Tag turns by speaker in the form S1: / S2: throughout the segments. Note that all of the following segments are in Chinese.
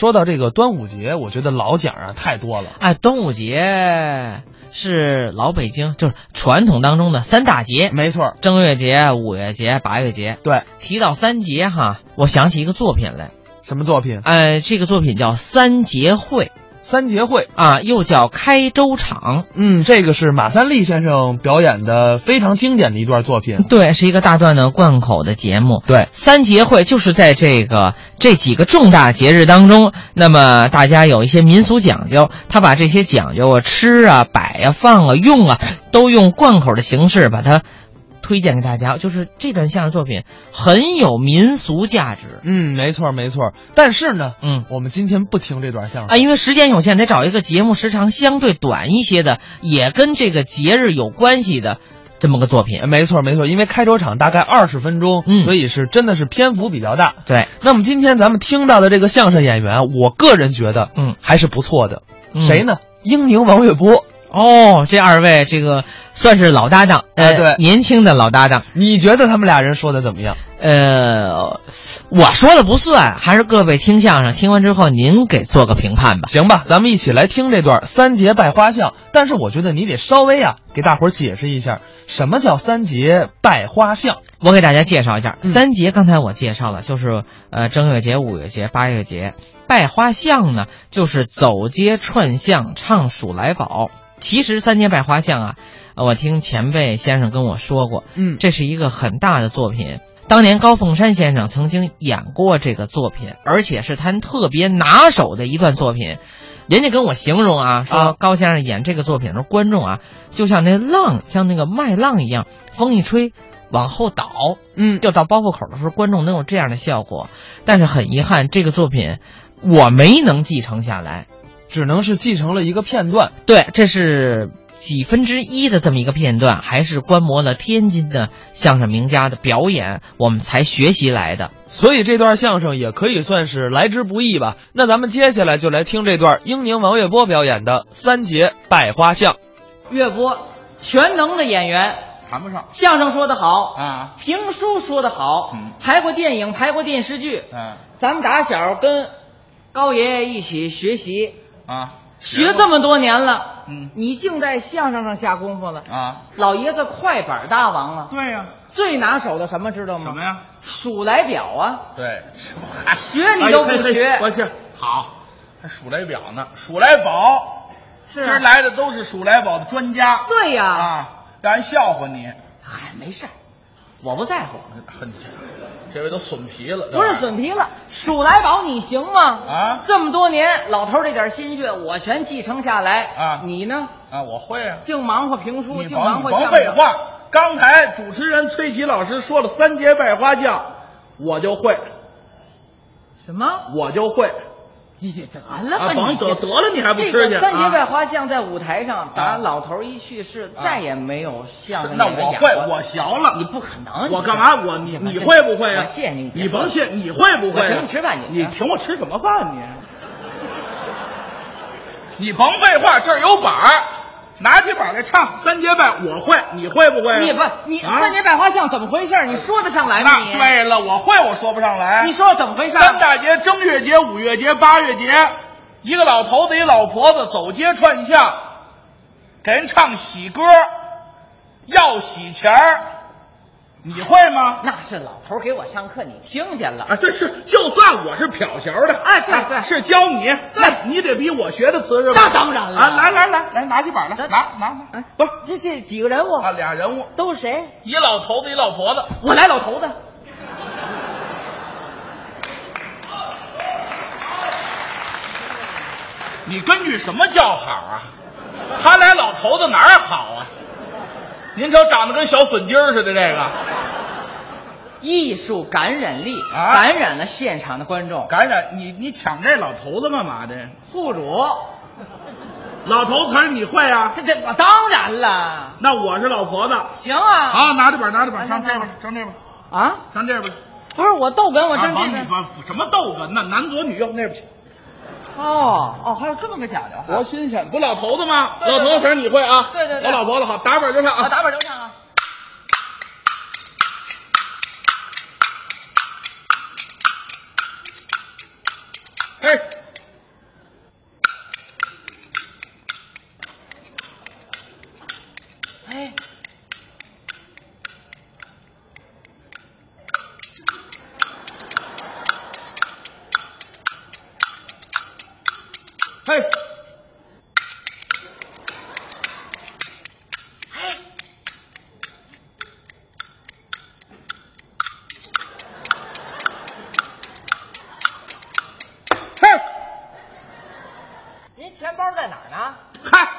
S1: 说到这个端午节，我觉得老讲啊太多了。
S2: 哎，端午节是老北京就是传统当中的三大节，
S1: 没错儿，
S2: 正月节、五月节、八月节。
S1: 对，
S2: 提到三节哈，我想起一个作品来，
S1: 什么作品？
S2: 哎，这个作品叫《三节会
S1: 三节会。》
S2: 啊，又叫《开州场
S1: 嗯，这个是马三立先生表演的非常经典的一段作品》，。
S2: 对，是一个大段的贯口的节目。
S1: 对，
S2: 三节会就是在这个这几个重大节日当中，那么大家有一些民俗讲究，他把这些讲究啊、吃啊、摆啊、放啊、用啊，都用贯口的形式把它推荐给大家。就是这段相声作品很有民俗价值。
S1: 嗯，没错儿没错儿。但是呢，
S2: 嗯
S1: 我们今天不听这段相
S2: 啊，
S1: 声。
S2: 因为时间有限，得找一个节目时长相对短一些的，也跟这个节日有关系的这么个作品。
S1: 没错儿没错儿，因为开州场大概二十分钟，
S2: 哎嗯
S1: 所以是真的是篇幅比较大。
S2: 对，
S1: 那么今天咱们听到的这个相声演员，我个人觉得，
S2: 嗯，
S1: 还是不错的。
S2: 嗯
S1: 谁呢？英宁、王月波。
S2: 哦，这二位这个算是老搭档，呃，
S1: 啊对
S2: 年轻的老搭档。
S1: 你觉得他们俩人说的怎么样？
S2: 呃，我说了不算，还是各位听相声，听完之后您给做个评判吧。
S1: 行吧，咱们一起来听这段三节拜花像。但是我觉得你得稍微啊，给大伙儿解释一下，什么叫三节拜花像？
S2: 我给大家介绍一下，
S1: 嗯
S2: 三节刚才我介绍了，就是呃正月节、五月节、八月节。拜花巷呢，就是走街串巷唱数来宝。其实三节拜花巷啊，呃我听前辈先生跟我说过，
S1: 嗯
S2: 这是一个很大的作品。当年高凤山先生曾经演过这个作品，而且是他特别拿手的一段作品。人家跟我形容啊，
S1: 啊
S2: 说高先生演这个作品的时候，观众啊就像那浪，像那个麦浪一样，风一吹往后倒，
S1: 嗯，
S2: 掉到包袱口的时候，观众能有这样的效果。但是很遗憾，这个作品我没能继承下来。
S1: 只能是继承了一个片段。
S2: 对，这是几分之一的这么一个片段，还是观摩了天津的相声名家的表演，我们才学习来的。
S1: 所以这段相声也可以算是来之不易吧。那咱们接下来就来听这段英宁王月波表演的三节拜花像。
S3: 岳波，全能的演员，
S4: 谈不上
S3: 相声说得好，
S4: 啊，
S3: 评书说得好，
S4: 嗯
S3: 拍过电影，拍过电视剧。
S4: 嗯
S3: 咱们打小跟高爷爷一起学习，
S4: 啊，
S3: 学这么多年了，
S4: 嗯
S3: 你竟在相声上下功夫了。
S4: 啊，
S3: 老爷子快板大王了，
S4: 对呀、
S3: 最拿手的什么知道吗？
S4: 什么呀？
S3: 数来表啊！
S4: 对，什么还
S3: 学你都不学
S4: 哎嘿嘿我去，好，还数来表呢，数来宝，
S3: 是啊
S4: 今儿来的都是数来宝的专家，
S3: 对呀
S4: 啊，让人笑话你，哎
S3: 嗨，没事儿，我不在乎，
S4: 哼，这位都损皮了，
S3: 不是损皮了。数来宝你行吗？
S4: 啊
S3: 这么多年，老头儿这点心血我全继承下来
S4: 啊
S3: 你呢？
S4: 啊，我会啊，
S3: 净忙活评书，
S4: 你
S3: 净
S4: 甭
S3: 忙活
S4: 你甭
S3: 相
S4: 废
S3: 声。
S4: 话，刚才主持人崔琦老师说了三节拜花将，我就会，
S3: 什么？
S4: 我就会，
S3: 你这得了吧
S4: 啊
S3: 你
S4: 甭得
S3: 这
S4: 得了你还不吃去
S3: 这个三
S4: 啊
S3: 节外花像在舞台上，打
S4: 啊
S3: 老头儿一去世，
S4: 啊
S3: 再也没有相
S4: 是
S3: 声
S4: 那
S3: 演员
S4: 我
S3: 演
S4: 会
S3: 过，
S4: 我学了。
S3: 你不可能。
S4: 我
S3: 你
S4: 干嘛？我你
S3: 这
S4: 你会不会呀、啊
S3: 我谢你，别
S4: 你甭
S3: 说
S4: 谢，你会不会、啊
S3: 我
S4: 呀
S3: 请你吃饭，你
S4: 你请我吃什么饭你？你甭废话，这儿有板儿，拿起板儿来唱三节拜，我会，你会不会、啊
S3: 你不你三节
S4: 拜
S3: 百花像怎么回事？你说得上来吗？
S4: 那
S3: 你
S4: 对了，我会，我说不上来。
S3: 你说怎么回事？
S4: 三大节，正月节、五月节、八月节，一个老头子，一老婆子走街串巷，给人唱喜歌，要喜钱儿，你会吗？
S3: 那是老头儿给我上课，你听见了？
S4: 啊，这是就算我是漂学的，
S3: 哎对对
S4: 啊是教你，那你得比我学的瓷实吧？
S3: 那当然了
S4: 啊，来来来来，拿起板来，
S3: 咱
S4: 拿拿拿，
S3: 哎
S4: 不是
S3: 这这几个人物
S4: 啊，俩人物，
S3: 都是谁？
S4: 一老头子，一老婆子，
S3: 我来老头子。
S4: 你根据什么叫好啊？他俩老头子哪儿好啊？您瞅长得跟小笋尖儿似的，这个
S3: 艺术感染力、
S4: 啊
S3: 感染了现场的观众。
S4: 感染你，你抢这老头子干嘛的？
S3: 护主，
S4: 老头子词儿你会啊？
S3: 这这我当然了，
S4: 那我是老婆子
S3: 行啊
S4: 啊，拿着板，拿着
S3: 哎
S4: 板，上这边，上这边，
S3: 啊
S4: 上这边。
S3: 不是我逗哏，我真
S4: 啊
S3: 这
S4: 王
S3: 个
S4: 女官什么逗哏呢？男左女右，那边去。
S3: 哦哦，还有这么个讲究啊，
S4: 多新鲜！不老头子吗？
S3: 对对
S4: 老头子词儿你会啊？
S3: 对对对
S4: 我老婆子好，打板就上
S3: 我
S4: 啊！
S3: 打板流畅啊。
S4: 哎，
S3: 哎
S4: 嘿，嘿，
S3: 您钱包在哪儿呢？
S4: 嗨，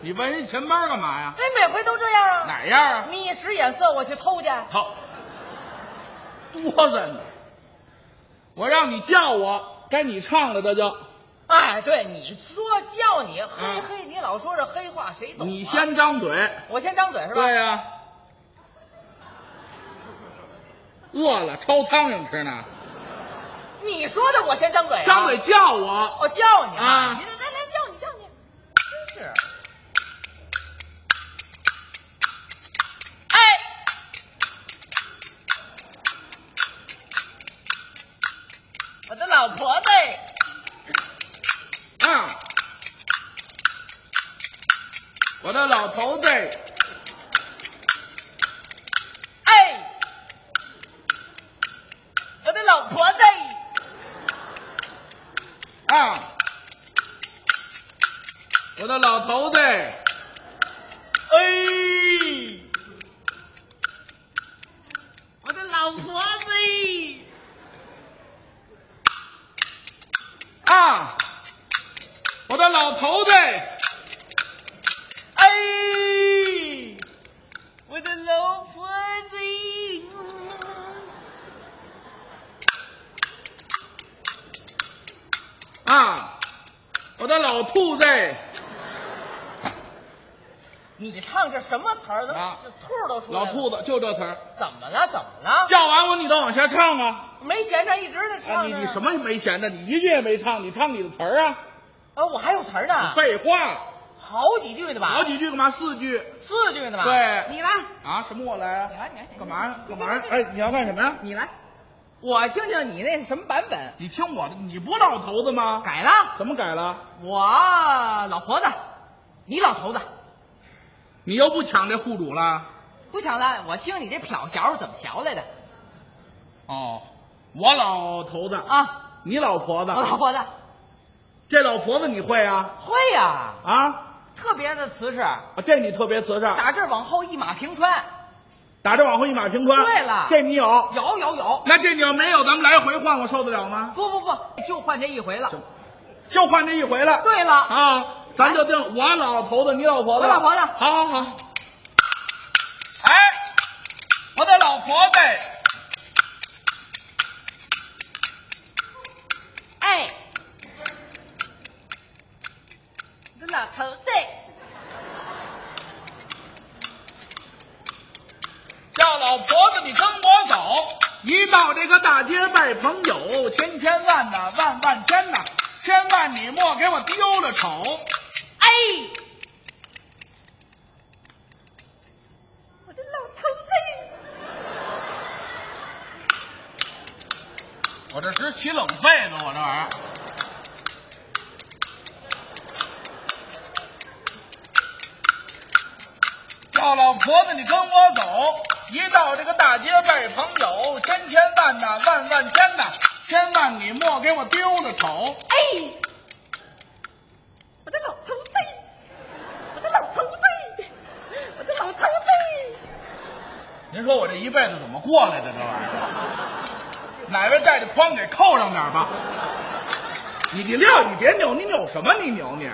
S4: 你问人钱包干嘛呀
S3: 哎？，每回都这样啊！
S4: 哪样啊？
S3: 你一使眼色，我去偷去。
S4: 好，多着呢。我让你叫我，该你唱了，这就。
S3: 哎，对，你说叫你嘿
S4: 嗯
S3: 嘿，你老说这黑话，谁懂、啊？
S4: 你先，张嘴。
S3: 我先张嘴是吧？
S4: 对呀、饿了，抽苍蝇吃呢。
S3: 你说的，我先张嘴、啊。
S4: 张嘴，叫我，
S3: 我叫你
S4: 啊
S3: 你来来来，叫你叫你，真是。哎，我的老婆子，
S4: 啊，我的老头子，
S3: 哎，我的老婆子，
S4: 啊，我的老头子，哎，
S3: 我的老婆子。
S4: 啊，我的老头子，
S3: 哎，我的老婆子，
S4: 啊，我的老兔子，
S3: 你唱这什么词儿？怎么
S4: 啊
S3: 是兔都出来
S4: 老
S3: 了？
S4: 兔子，就这词儿。
S3: 怎么了？怎么了？
S4: 叫完我，你再往下唱啊。
S3: 没闲着，一直在
S4: 啊，
S3: 唱
S4: 你
S3: 着。
S4: 你什？么也没闲着，你一句也没唱，你唱你的词儿啊！
S3: 啊，我还有词儿呢，
S4: 废话，
S3: 好几句呢吧？
S4: 好几句干嘛？四句
S3: 四句呢吧？
S4: 对
S3: 你来，
S4: 啊？什么我来
S3: 你来，你来
S4: 啊，？干嘛呀？
S3: 你
S4: 干
S3: 来
S4: 嘛呀？哎，，你要干什么呀？
S3: 你来，我听听你那什么版本
S4: 你听我的，你不老头子吗？
S3: 改了？
S4: 怎么改了？
S3: 我老婆子，你老头子，
S4: 你又不抢这户主了？
S3: 不抢了。我听你这漂小子怎么学来的
S4: 哦，我老头子，
S3: 啊？
S4: 你老婆子，
S3: 我老婆子
S4: 这老婆子你会啊？
S3: 会呀、
S4: 啊，
S3: 特别的瓷实，
S4: 啊这你特别慈善，
S3: 打这儿往后一马平川。
S4: 打着往后一马平川。
S3: 对了
S4: 这你有？
S3: 有有有，
S4: 那这你要没有，咱们来回换，我受得了吗？
S3: 不不不，就换这一回了。
S4: 就换这一回了。
S3: 对了，
S4: 啊，咱就定我老头子，你老婆子。
S3: 我老婆子
S4: 好好好。哎，我的老婆子，
S3: 哎，我的老头子，
S4: 叫老婆子你跟我走。一到这个大街拜朋友，千千万呐，万万千呐，千万你莫给我丢了丑。
S3: 哎，我的老头子，
S4: 我这直起冷痱子，我这玩意儿。叫老婆子，你跟我走。一到这个大街拜朋友，千千万呐，万万千呐，千万你莫给我丢了丑。
S3: 哎，我的老头子，我的老头子，我的老头子。
S4: 您说我这一辈子怎么过来的？这玩意儿，哪位带着筐给扣上点吧。你你撂，你别扭，你扭什么？你扭你，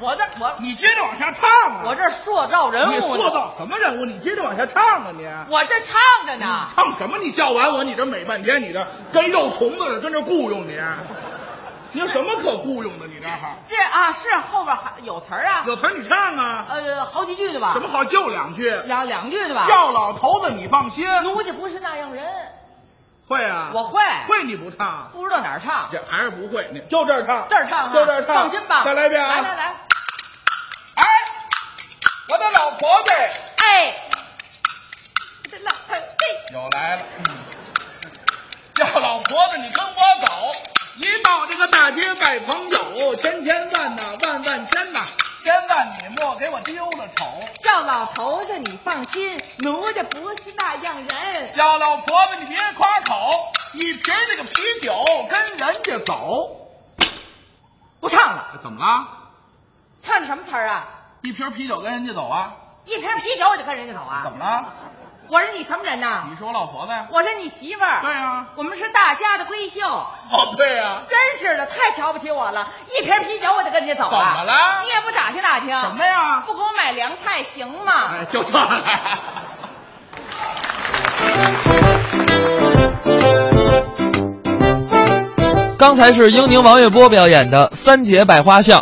S3: 我的我
S4: 你接着往下唱啊！
S3: 我这塑造人
S4: 你塑
S3: 物呢，
S4: 造什么人物？你接着往下唱啊你！
S3: 我这唱着呢。
S4: 唱什么？你叫完我，你这美半天，你这跟肉虫子似的，跟这雇佣你，你有什么可雇佣的？你这哈
S3: 这啊是后边还有词儿啊，
S4: 有词儿你唱啊，
S3: 呃好几句的吧？
S4: 什么好就两句，
S3: 两两句的吧？
S4: 叫老头子你放心，
S3: 啊奴家不是那样人，
S4: 会啊，
S3: 我会
S4: 会你不唱，
S3: 不知道哪儿唱，
S4: 这还是不会，你就这儿唱，
S3: 这儿唱啊
S4: 就这儿唱，
S3: 放心吧。
S4: 再来一遍啊！
S3: 来来，来，
S4: 哎，我的老婆子
S3: 哎，我的老哎头子，
S4: 又来了。叫老婆子，你跟我走。一到这个大街拜朋友，千千万呐，万万千呐，千万你莫给我丢了丑。
S3: 叫老头子你放心，奴家不是那样人。
S4: 叫老婆子，你别夸口，一瓶这个啤酒跟人家走。
S3: 不唱了。
S4: 怎么了？
S3: 唱的什么词儿啊？
S4: 一瓶啤酒跟人家走啊？
S3: 一瓶啤酒我就跟人家走啊？
S4: 怎么？了？
S3: 我是你什么人呐、
S4: 你是我老婆子呀？
S3: 我是你媳妇儿。
S4: 对啊呀
S3: 我们是大家的闺秀。
S4: 哦，对呀。
S3: 真是的，太瞧不起我了！一瓶啤酒我就跟人家走
S4: 怎
S3: 啊
S4: 么了
S3: 你也不打听打听
S4: 什么呀
S3: 不给我买凉菜行吗？
S4: 哎，就这了。
S1: 刚才是英宁王月波表演的《三节百花巷》。